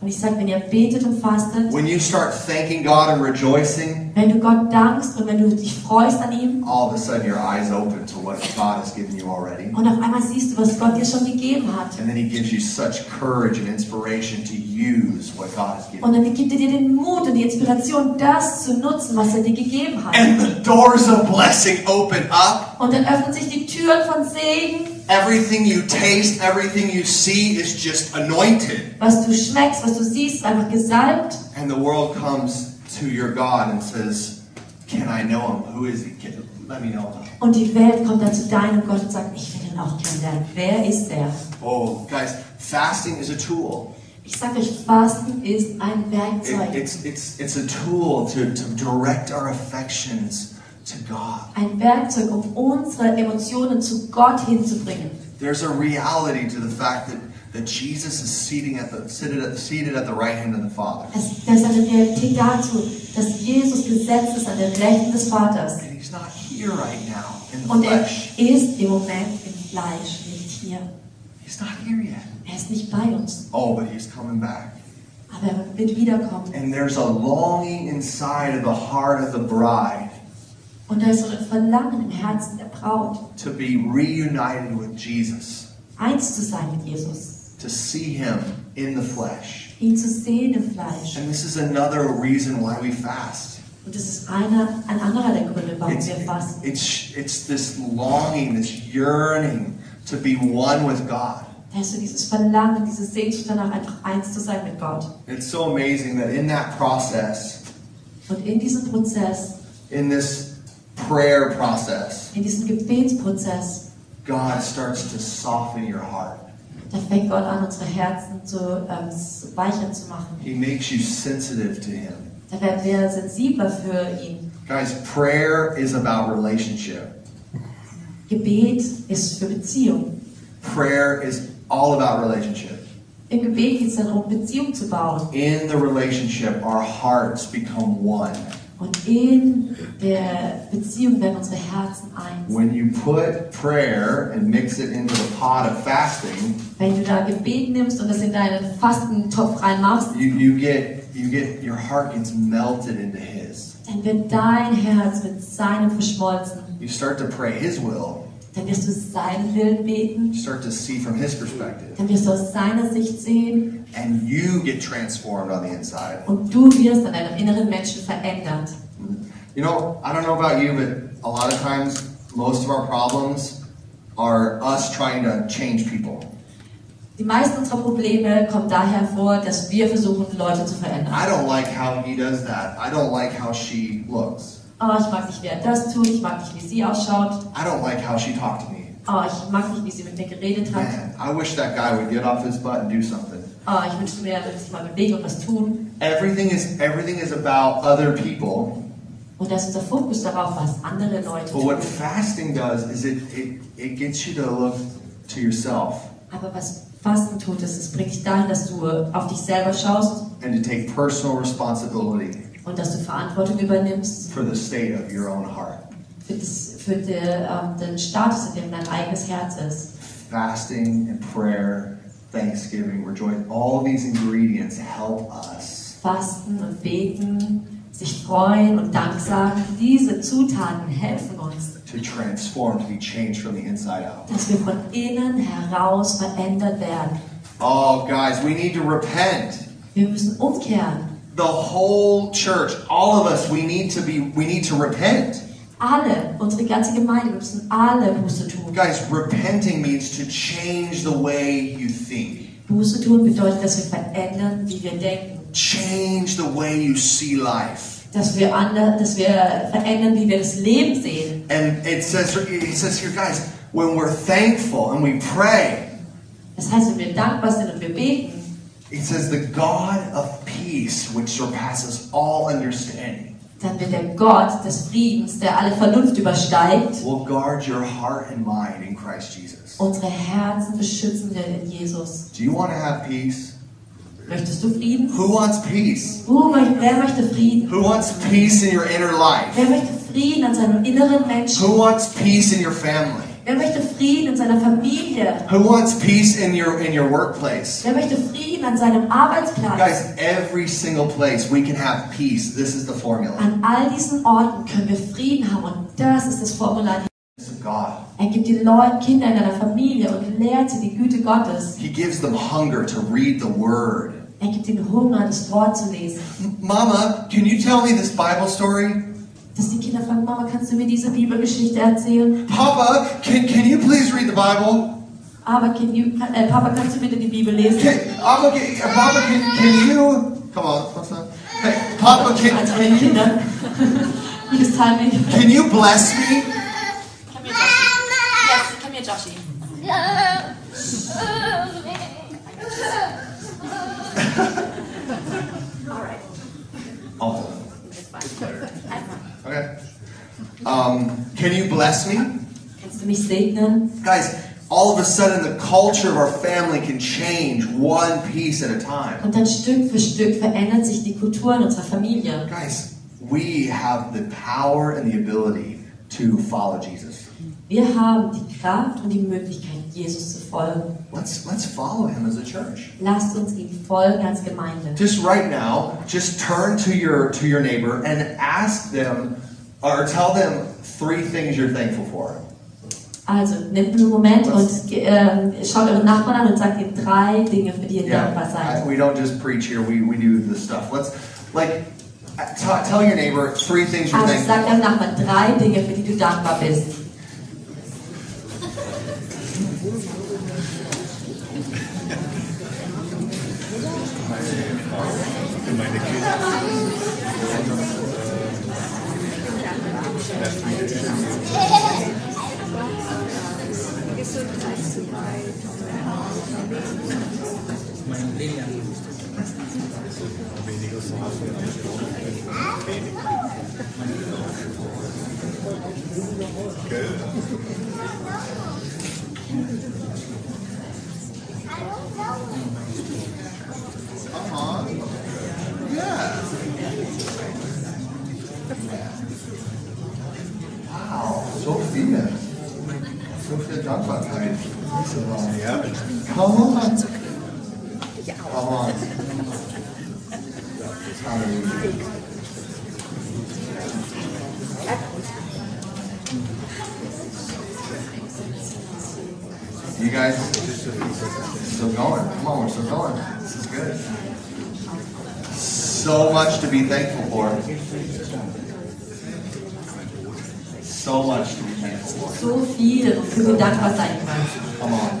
S3: Und ich sage, wenn ihr betet und fastet,
S2: when you start thanking God and rejoicing,
S3: Wenn du Gott dankst und wenn du dich freust an ihm
S2: all of a sudden your eyes open to what God has given you already.
S3: und auf einmal siehst du, was Gott dir schon gegeben hat.
S2: And then he gives you such courage and inspiration to use what God has given
S3: Und
S2: you.
S3: dann gibt er dir den Mut und die Inspiration, das zu nutzen, was er dir gegeben hat.
S2: And the doors of blessing open up.
S3: Und dann öffnen sich die Türen von Segen.
S2: Everything you taste, everything you see is just anointed.
S3: Was du schmeckst, was du siehst, ist einfach gesalbt.
S2: And the world comes to your God and says, Can I know him? Who is he? Can- let me know him.
S3: Und die Welt kommt dann zu deinem Gott und sagt, ich will ihn auch kennenlernen. Wer ist er?
S2: Oh, guys, fasting is a tool.
S3: Ich sage euch, Fasten ist ein
S2: It-
S3: Werkzeug.
S2: it's, it's, it's a tool to, to direct our affections to God.
S3: Ein Werkzeug, um unsere Emotionen zu Gott hinzubringen.
S2: There's a reality to the fact that, that Jesus is seated at the seated at, seated at the right hand of the Father.
S3: Es, das ist eine Realität dazu, dass Jesus gesetzt ist an der Rechten des Vaters.
S2: And he's not here right now in the
S3: Und er
S2: flesh.
S3: ist im Moment im Fleisch nicht hier.
S2: He's not here yet.
S3: Er ist nicht bei uns,
S2: Oh, but he's coming back.
S3: aber er wird wiederkommen.
S2: And there's a longing inside of the heart of the bride
S3: Und da ist so ein Verlangen im Herzen der Braut,
S2: to be reunited with Jesus,
S3: eins zu sein mit Jesus,
S2: to see him in the flesh.
S3: ihn zu sehen im Fleisch.
S2: And this is another reason why we fast.
S3: Und das ist einer, ein anderer der Gründe, warum
S2: It's,
S3: wir fasten.
S2: it's, it's this longing, this yearning to be one with God.
S3: Da ist so dieses Verlangen, diese Sehnsucht danach, einfach eins zu sein mit Gott.
S2: It's so amazing that in that process,
S3: Und in diesem Prozess,
S2: in this prayer process,
S3: in diesem Gebetsprozess,
S2: God starts to soften your heart.
S3: da fängt Gott an, unsere Herzen zu ähm, weicher zu machen.
S2: He makes you sensitive to Him.
S3: Da werden wir sensibler für ihn.
S2: Guys, prayer is about relationship.
S3: Gebet ist für Beziehung.
S2: Prayer is all about relationship.
S3: Im Gebet geht es darum, Beziehung zu bauen.
S2: In the relationship, our hearts become one.
S3: Und in der Beziehung werden unsere Herzen eins.
S2: When you put prayer and mix it into the pot of fasting,
S3: Wenn du da Gebet nimmst und das in deinen Fastentopf reinmachst,
S2: you, you get you get your heart gets melted into His.
S3: Denn wenn dein Herz mit seinem verschmolzen,
S2: you start to pray His will.
S3: dann wirst du seinen Willen beten,
S2: You start to see from His perspective.
S3: dann wirst du aus seiner Sicht sehen
S2: And you get transformed on the inside.
S3: und du wirst an deinem inneren Menschen verändert.
S2: You know, I don't know about you, but a lot of times, most of our problems are us trying to change people.
S3: Die meisten unserer Probleme kommen daher vor, dass wir versuchen, Leute zu verändern.
S2: I don't like how he does that. I don't like how she looks.
S3: Oh, ich mag nicht, wie er das tut, ich mag nicht, wie sie ausschaut,
S2: I don't like how she talked to me.
S3: oh, ich mag nicht, wie sie mit mir geredet hat,
S2: Man, I wish that guy would get off his butt and do something.
S3: oh, ich wünschte mir, dass sie mal bewegt und was tun.
S2: Everything is everything is about other people.
S3: Und dass unser Fokus darauf, was andere
S2: But
S3: Leute tun.
S2: what fasting does is it it, it gets you to look to yourself
S3: Aber was Fasten tut, ist, es bringt dich dahin, dass du äh, auf dich selber schaust
S2: and to take personal responsibility
S3: und dass du Verantwortung übernimmst
S2: for the state of your own heart.
S3: für, das, für die, ähm, den Status, in dem dein eigenes Herz ist.
S2: Fasting and prayer, thanksgiving, rejoice, all these ingredients help us
S3: Fasten und beten, sich freuen und Dank sagen, diese Zutaten helfen uns,
S2: to transform, to be changed from the inside out.
S3: dass wir von innen heraus verändert werden.
S2: Oh, guys, we need to repent.
S3: Wir müssen umkehren.
S2: The whole church, all of us, we need to be, we need to repent.
S3: Alle, unsere ganze Gemeinde, wir müssen alle Buße tun.
S2: Guys, repenting means to change the way you think,
S3: Buße tun bedeutet, dass wir verändern, wie wir denken.
S2: change the way you see life.
S3: dass wir, ander, dass wir verändern, wie wir das Leben sehen.
S2: And it says, it says here, guys, when we're thankful and we pray,
S3: Das heißt, wenn wir dankbar sind und wir beten,
S2: it says the God of peace, which surpasses all understanding,
S3: dann wird der Gott des Friedens, der alle Vernunft übersteigt,
S2: will guard your heart and mind in Christ Jesus.
S3: unsere Herzen beschützen wir in Jesus.
S2: Do you want to have peace?
S3: Möchtest du Frieden?
S2: Who wants peace?
S3: Who, möcht- wer möchte Frieden?
S2: Who wants peace in your inner life?
S3: Wer möchte Frieden in seinem inneren Menschen?
S2: Who wants peace in your family?
S3: Wer möchte Frieden in seiner Familie?
S2: Who wants peace in your in your workplace?
S3: Wer möchte Frieden an seinem Arbeitsplatz?
S2: Guys, every single place we can have peace. This is the formula.
S3: An all diesen Orten können wir Frieden haben und das ist das Formular.
S2: It's of God.
S3: Er gibt den Leuten Kinder in deiner Familie und lehrt sie die Güte Gottes.
S2: He gives them hunger to read the word.
S3: Er gibt ihnen Hunger, das Wort zu lesen.
S2: Mama, can you tell me this Bible story?
S3: Dass die Kinder fragen, Mama, kannst du mir diese Bibelgeschichte erzählen?
S2: Papa, can, can you please read the Bible?
S3: Aber can you, äh, Papa, kannst du bitte die Bibel lesen?
S2: Can, Papa, can, Papa, can, can you? Come on, what's that? Hey, Papa, can,
S3: Also meine
S2: can you?
S3: Kinder. (laughs) Gutes Timing.
S2: Can you bless me?
S4: Come here, Joshy. Yes, come here, Joshy. All right.
S2: Oh.
S4: It's fine.
S2: Okay. Um, can you bless me?
S3: Kannst du mich segnen?
S2: Guys, all of a sudden the culture of our family can change one piece at a time.
S3: Und dann Stück für Stück verändert sich die Kultur in unserer Familie.
S2: Guys, we have the power and the ability to follow Jesus.
S3: Wir haben die Kraft und die Möglichkeit, Jesus zu folgen.
S2: Let's let's follow him as a church.
S3: Lasst uns ihm folgen als Gemeinde.
S2: Just right now, just turn to your to your neighbor and ask them or tell them three things you're thankful for.
S3: Also, nehmt einen Moment und äh, schaut euren Nachbarn an und sagt ihm drei Dinge, für die ihr dankbar seid.
S2: Yeah, I- we don't just preach here. We, we do this stuff. Let's like uh, t- tell your neighbor three things you're
S3: Also
S2: thankful.
S3: sag deinem Nachbarn drei Dinge, für die du dankbar bist.
S2: Wow, so viele. So viel Dankbarkeit. So long. Come on. Come on. Hallelujah. You guys still going? Come on, we're still going. This is good. So much to be thankful for. So much to be thankful for.
S3: So viel, wofür du dankbar sein kannst.
S2: Come on.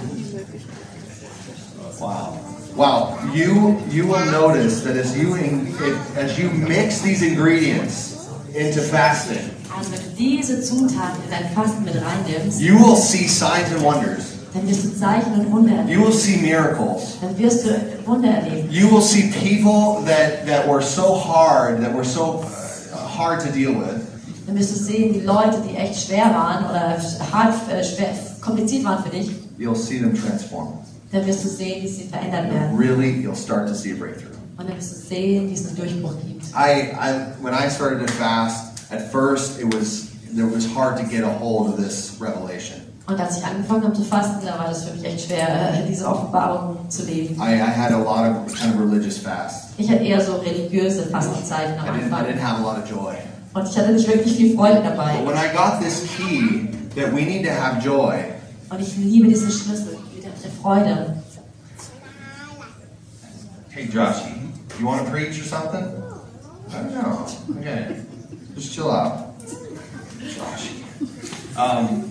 S2: Wow. Wow. You you will notice that as you in, if, as you mix these ingredients into fasting,
S3: Also wenn du diese Zutaten in dein Fasten mit reinnimmst,
S2: you will see signs and wonders.
S3: dann wirst du Zeichen und Wunder erleben.
S2: You will see miracles.
S3: Dann wirst du Wunder erleben.
S2: You will see people that, that were so hard, that were so uh, hard to deal with,
S3: Dann wirst du sehen, die Leute, die echt schwer waren oder hart, äh, schwer, kompliziert waren für dich,
S2: you'll see them transform.
S3: dann wirst du sehen, wie sie verändert
S2: You'll
S3: werden.
S2: really, you'll start to see a breakthrough.
S3: Und dann wirst du sehen, wie es einen Durchbruch gibt.
S2: I, I when I started to fast, at first it was there was hard to get a hold of this revelation.
S3: Und als ich angefangen habe zu fasten, da war das für mich echt schwer, äh, diese Offenbarung zu leben.
S2: I, I had a lot of kind of religious fasts.
S3: Ich hatte eher so religiöse Fastenzeiten am
S2: I didn't, I didn't
S3: Anfang.
S2: have a lot of joy.
S3: Und ich hatte nicht wirklich viel Freude dabei.
S2: But when I got this key that we need to have joy,
S3: Und ich liebe diesen Schlüssel, wieder der Freude.
S2: Hey Josh, you want to preach or something? I don't know. Okay, just chill out, Josh. Um,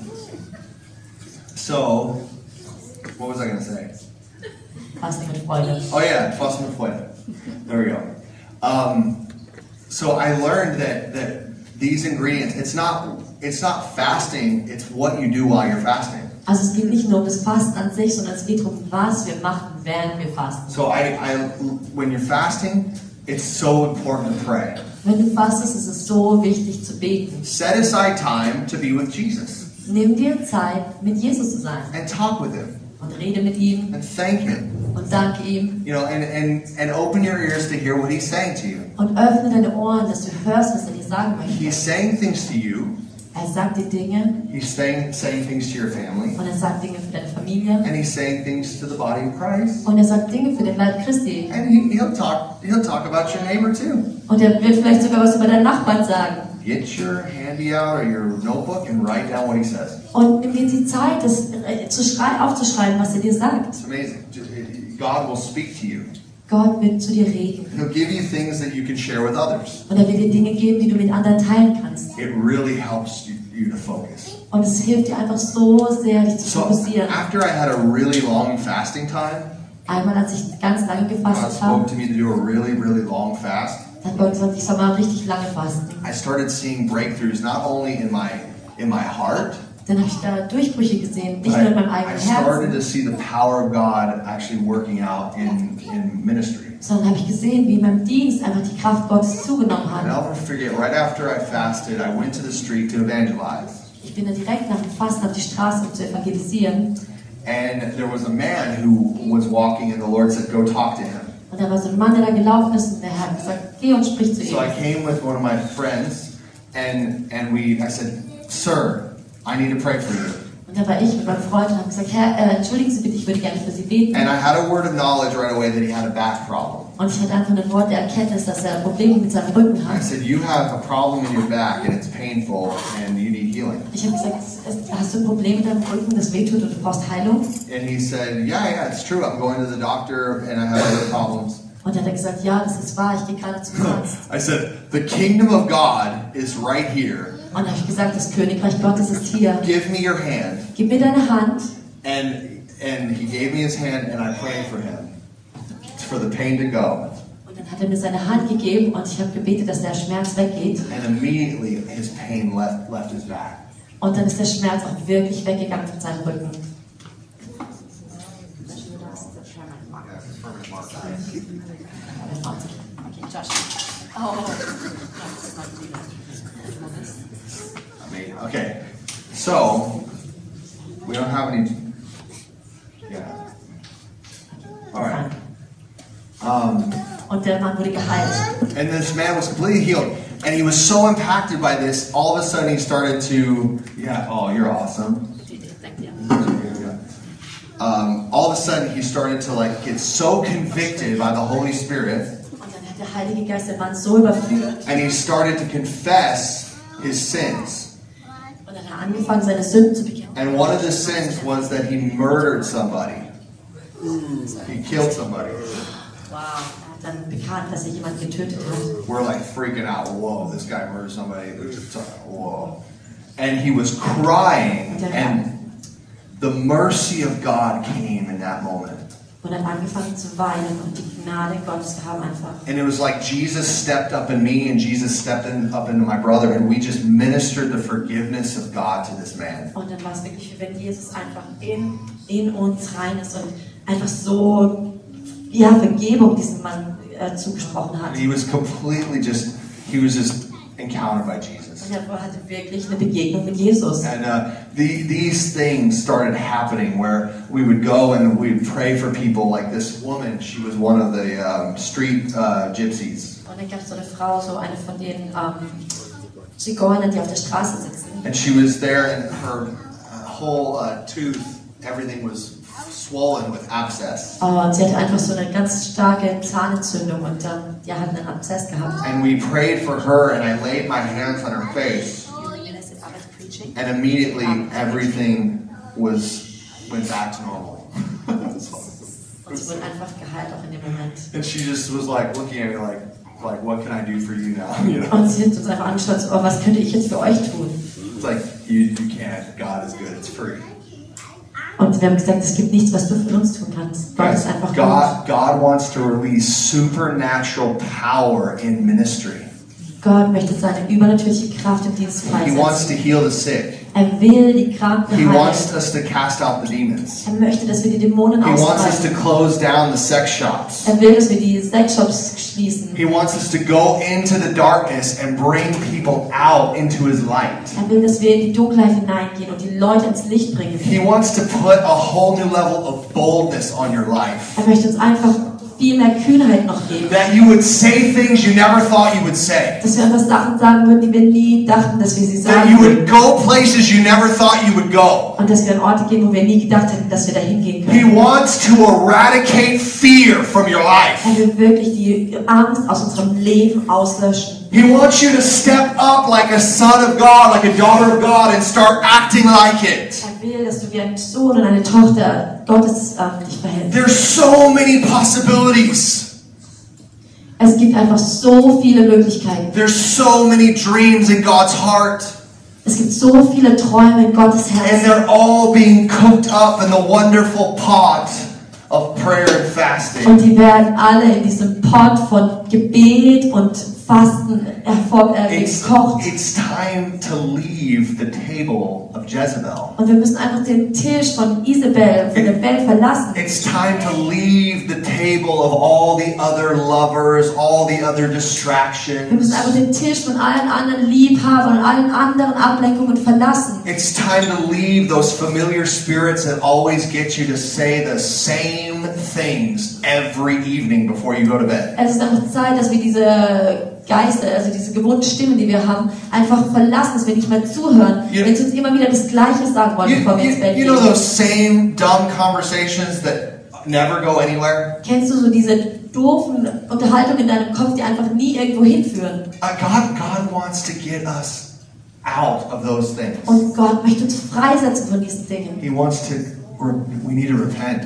S2: so, what was I gonna say?
S3: Fasten mit Freude.
S2: Oh yeah, Fossil Fuente. There we go. Um, so I learned that that these ingredients, it's not it's not fasting, it's what you do while you're fasting.
S3: Also es geht nicht nur um das Fasten an sich, sondern es geht darum, was wir machen, während wir fasten.
S2: So I, I when you're fasting, it's so important to pray.
S3: Wenn du fastest, ist es so wichtig zu beten.
S2: Set aside time to be with Jesus.
S3: Nimm dir Zeit, mit Jesus zu sein
S2: and talk with him
S3: und rede mit ihm
S2: and thank him
S3: und danke ihm
S2: you know and, and and open your ears to hear what he's saying to you
S3: und öffne deine Ohren, dass du hörst, was er dir sagen möchte.
S2: he's saying things to you
S3: Er sagt dir Dinge
S2: he's saying saying things to your family
S3: und er sagt Dinge für deine Familie
S2: and he's saying things to the body of christ
S3: und er sagt Dinge für den Leib Christi
S2: and he, he'll talk he'll talk about your neighbor too
S3: und er wird vielleicht sogar was über deinen Nachbarn sagen.
S2: get your handy out or your notebook and write down what he says
S3: Und nimm dir die Zeit, das äh, zu schrei aufzuschreiben, was er dir sagt.
S2: it's amazing Just- god will speak to you
S3: Gott wird zu dir reden
S2: he'll give you things that you can share with others
S3: und er wird dir Dinge geben, die du mit anderen teilen kannst.
S2: it really helps you, you to focus
S3: Und es hilft dir einfach so sehr, dich zu
S2: so
S3: fokussieren.
S2: after i had a really long fasting time
S3: Einmal, als ich ganz lange
S2: God
S3: gefastet
S2: spoke
S3: habe,
S2: to me to do a really, really long fast.
S3: hat Gott gesagt, ich soll mal richtig lange fasten.
S2: I started seeing breakthroughs not only in my in my heart,
S3: Dann habe ich da Durchbrüche gesehen,
S2: but
S3: nicht nur in meinem
S2: I, I
S3: eigenen
S2: started
S3: Herzen,
S2: to see the power of God actually working out in in ministry.
S3: sondern habe ich gesehen, wie in meinem Dienst einfach die Kraft Gottes zugenommen
S2: And
S3: hat.
S2: I'll never forget. Right after I fasted, I went to the street to evangelize,
S3: Ich bin dann direkt nach dem Fasten auf die Straße, um zu evangelisieren.
S2: and there was a man who was walking, and the Lord said, "Go talk to him."
S3: Und da war so ein Mann, der da gelaufen ist und der hat gesagt, geh und sprich zu ihm.
S2: So I came with one of my friends, and and we. I said, "Sir, I need to pray for you."
S3: Und da war ich mit meinem Freund und habe gesagt, Herr, äh, entschuldigen Sie bitte, ich würde gerne für Sie beten.
S2: And I had a word of knowledge right away that he had a back problem.
S3: Und ich hatte einfach ein Wort der Erkenntnis, dass er Probleme mit seinem Rücken
S2: I
S3: hat.
S2: said, You have a problem in your back and it's painful and you need healing.
S3: Ich habe gesagt, es- es- hast du ein Problem mit deinem Rücken, das wehtut und du brauchst Heilung?
S2: And he said, Yeah, yeah, it's true. I'm going to the doctor and I have other problems.
S3: Und dann hat er gesagt, ja, das ist wahr, ich gehe gerade zum Arzt.
S2: I said, The kingdom of God is right here.
S3: Und dann habe ich gesagt, das Königreich Gottes ist hier.
S2: Give me your hand.
S3: Gib mir deine Hand.
S2: And and he gave me his hand and I prayed for him. For the pain to go.
S3: Und dann hat er mir seine Hand gegeben und ich habe gebetet, dass der Schmerz weggeht.
S2: And immediately his pain left left his back.
S3: Und dann ist der Schmerz auch wirklich weggegangen von seinem Rücken.
S4: Okay, Josh. Oh. No, it's not really that.
S2: I mean, okay. So we don't have any Yeah. Alright. Um
S3: Und der Mann wurde geheilt.
S2: And this man was completely healed. And he was so impacted by this, all of a sudden he started to, yeah, oh, you're awesome.
S4: Thank you.
S2: Um, all of a sudden he started to like get so convicted by the Holy Spirit,
S3: Und dann hat der Heilige Geist den Mann so überführt.
S2: and he started to confess his sins.
S3: Und dann er angefangen, seine Sünden zu bekennen.
S2: And one of the sins was that he murdered somebody. He killed somebody.
S3: Er hat dann bekannt, dass er jemanden getötet hat.
S2: We're like freaking out. Whoa, this guy murdered somebody. We're just talking, Whoa. And he was crying, and the mercy of God came in that moment.
S3: Und hat angefangen zu weinen und die Gnade Gottes kam einfach.
S2: And it was like Jesus stepped up in me, and Jesus stepped in, up into my brother, and we just ministered the forgiveness of God to this man.
S3: Und dann war es wirklich, wie wenn Jesus einfach in, in uns rein ist und einfach so ja, Vergebung diesem Mann äh, zugesprochen hat.
S2: And he was completely just, he was just encountered by Jesus.
S3: Und er hatte wirklich eine Begegnung mit Jesus.
S2: And uh, the, these things started happening where we would go and we'd pray for people. Like this woman, she was one of the um, street uh, gypsies,
S3: Und dann gab es so eine Frau, so eine von den ähm, Zigeunern, die auf der Straße sitzen.
S2: and she was there, and her uh, whole uh, tooth, everything was swollen with abscess.
S3: Äh, sie hatte einfach so eine ganz starke Zahnentzündung und dann, die hat einen Abszess gehabt.
S2: And we prayed for her, and I laid my hands on her face, and immediately everything was went back to normal. (laughs)
S3: Und sie wurde einfach geheilt auch in dem Moment.
S2: and she just was like looking at me like, like, what can I do for you now? (laughs) You know.
S3: Und sie hat uns einfach angeschaut, so, oh, was könnte ich jetzt für euch tun?
S2: It's like you, you can't. God is good. It's free.
S3: Und wir haben gesagt, es gibt nichts, was du für uns tun kannst. Gott ist einfach gut.
S2: God, God wants to release supernatural power in ministry.
S3: Gott möchte seine übernatürliche Kraft im Dienst
S2: He wants
S3: freisetzen.
S2: to heal the sick.
S3: Er will die Kranken
S2: He wants
S3: heilen.
S2: us to cast out the demons.
S3: Er möchte, dass wir die Dämonen
S2: He wants us to
S3: austreiben.
S2: close down the sex shops.
S3: Er will, dass wir die Sexshops schließen.
S2: He wants us to go into the darkness and bring people out into his light.
S3: Er will, dass wir in die Dunkelheit hineingehen und die Leute ins Licht bringen.
S2: He wants to put a whole new level of boldness on your life.
S3: Er möchte uns einfach viel mehr Kühnheit noch geben.
S2: That you would say things you never thought you would say.
S3: Dass wir einfach Sachen sagen würden, die wir nie dachten, dass wir sie
S2: That
S3: sagen
S2: you would
S3: würden.
S2: go places you never thought you would go.
S3: Und dass wir an Orte gehen, wo wir nie gedacht hätten, dass wir da hingehen
S2: He
S3: können.
S2: wants to eradicate fear from your
S3: Er
S2: life.
S3: will wirklich die Angst aus unserem Leben auslöschen.
S2: He wants you to step up like a son of God, like a daughter of God, and start acting like it.
S3: Er will, dass du wie ein Sohn und eine Tochter Gottes äh, dich verhältst.
S2: There's so many possibilities.
S3: Es gibt einfach so viele Möglichkeiten.
S2: There's so many dreams in God's heart.
S3: Es gibt so viele Träume in Gottes
S2: And
S3: Herzen.
S2: they're all being cooked up in the wonderful pot of prayer and fasting.
S3: Und die werden alle in diesem Pot von Gebet und Fasten hervor, äh,
S2: It's,
S3: gekocht.
S2: it's time to leave the table of Jezebel.
S3: Und wir müssen einfach den Tisch von Isabel, von der Welt verlassen.
S2: It's time to leave the table of all the other lovers, all the other distractions.
S3: Wir müssen einfach den Tisch von allen anderen Liebhabern und allen anderen Ablenkungen verlassen.
S2: It's time to leave those familiar spirits that always get you to say the same things every evening before you go to bed.
S3: Es ist einfach Zeit, dass wir diese Geister, also diese gewohnten Stimmen, die wir haben, einfach verlassen, dass wir nicht mehr zuhören,
S2: Ja.
S3: wenn sie uns immer wieder das Gleiche sagen wollen,
S2: You,
S3: bevor wir ins
S2: you-
S3: Bett
S2: you
S3: gehen.
S2: know those same dumb conversations that never go anywhere?
S3: Kennst du so diese doofen Unterhaltungen in deinem Kopf, die einfach nie irgendwo hinführen?
S2: Uh, God, God wants to get us out of those things.
S3: Und Gott möchte uns freisetzen von diesen Dingen.
S2: He wants to, we're, we need to repent.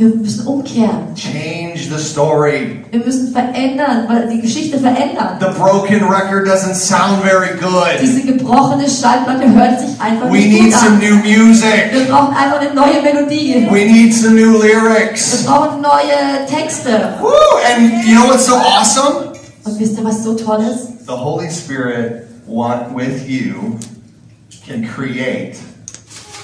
S3: Wir müssen umkehren.
S2: Change the story.
S3: Wir müssen verändern, weil die Geschichte verändern.
S2: The broken record doesn't sound very good.
S3: Diese gebrochene Schallplatte hört sich einfach
S2: We
S3: nicht
S2: need
S3: gut
S2: some
S3: an.
S2: new music.
S3: Wir brauchen einfach eine neue Melodie.
S2: We need some new
S3: Wir
S2: lyrics.
S3: brauchen neue Texte.
S2: Woo! And you know what's so awesome?
S3: Und wisst ihr, was so toll ist?
S2: The Holy Spirit want with you can create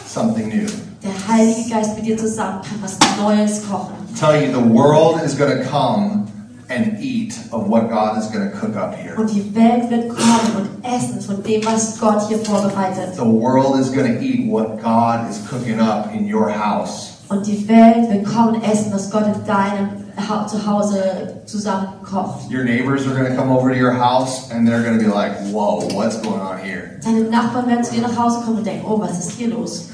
S2: something new.
S3: Der Heilige Geist mit dir zusammen kann was Neues kochen.
S2: I tell you, the world is going to come and eat of what God is going to cook up here.
S3: Und die Welt wird kommen und essen von dem, was Gott hier vorbereitet.
S2: The world is going to eat what God is cooking up in your house.
S3: Und die Welt wird kommen und essen, was Gott in deinem ha Zuhause zusammenkocht.
S2: Your neighbors are going to come over to your house and they're going to be like, whoa, what's going on here? (laughs)
S3: Deine Nachbarn werden zu dir nach Hause kommen und denken, oh, was ist hier los?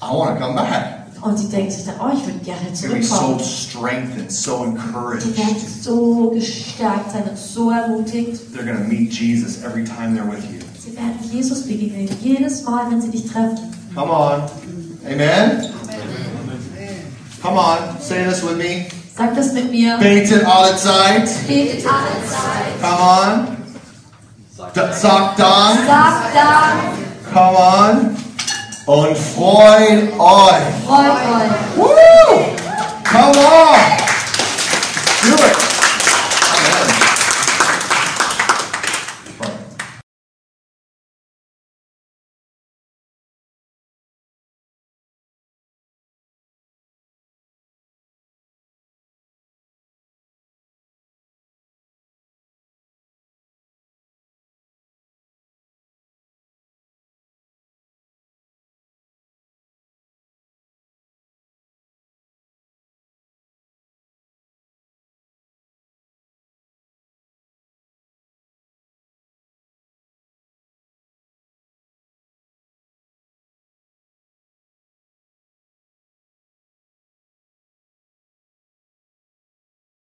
S2: I want to come back.
S3: Und sie denken sich dann, oh, ich würde gerne
S2: It's going to be so
S3: zurückkommen.
S2: strengthened, so
S3: Die werden
S2: encouraged.
S3: so gestärkt sein und so ermutigt.
S2: They're going to meet Jesus every time they're with you.
S3: Sie werden Jesus begegnen, jedes Mal, wenn sie dich treffen.
S2: Come on. Amen? Come on, say this with me.
S3: Sag das mit mir.
S2: Paint it all the time.
S3: Betet alle Zeit.
S2: Come on. D- Sagt dann.
S3: Sag Dank,
S2: Come on. Und freut euch.
S3: freut euch.
S2: Woo! Come on. Do it.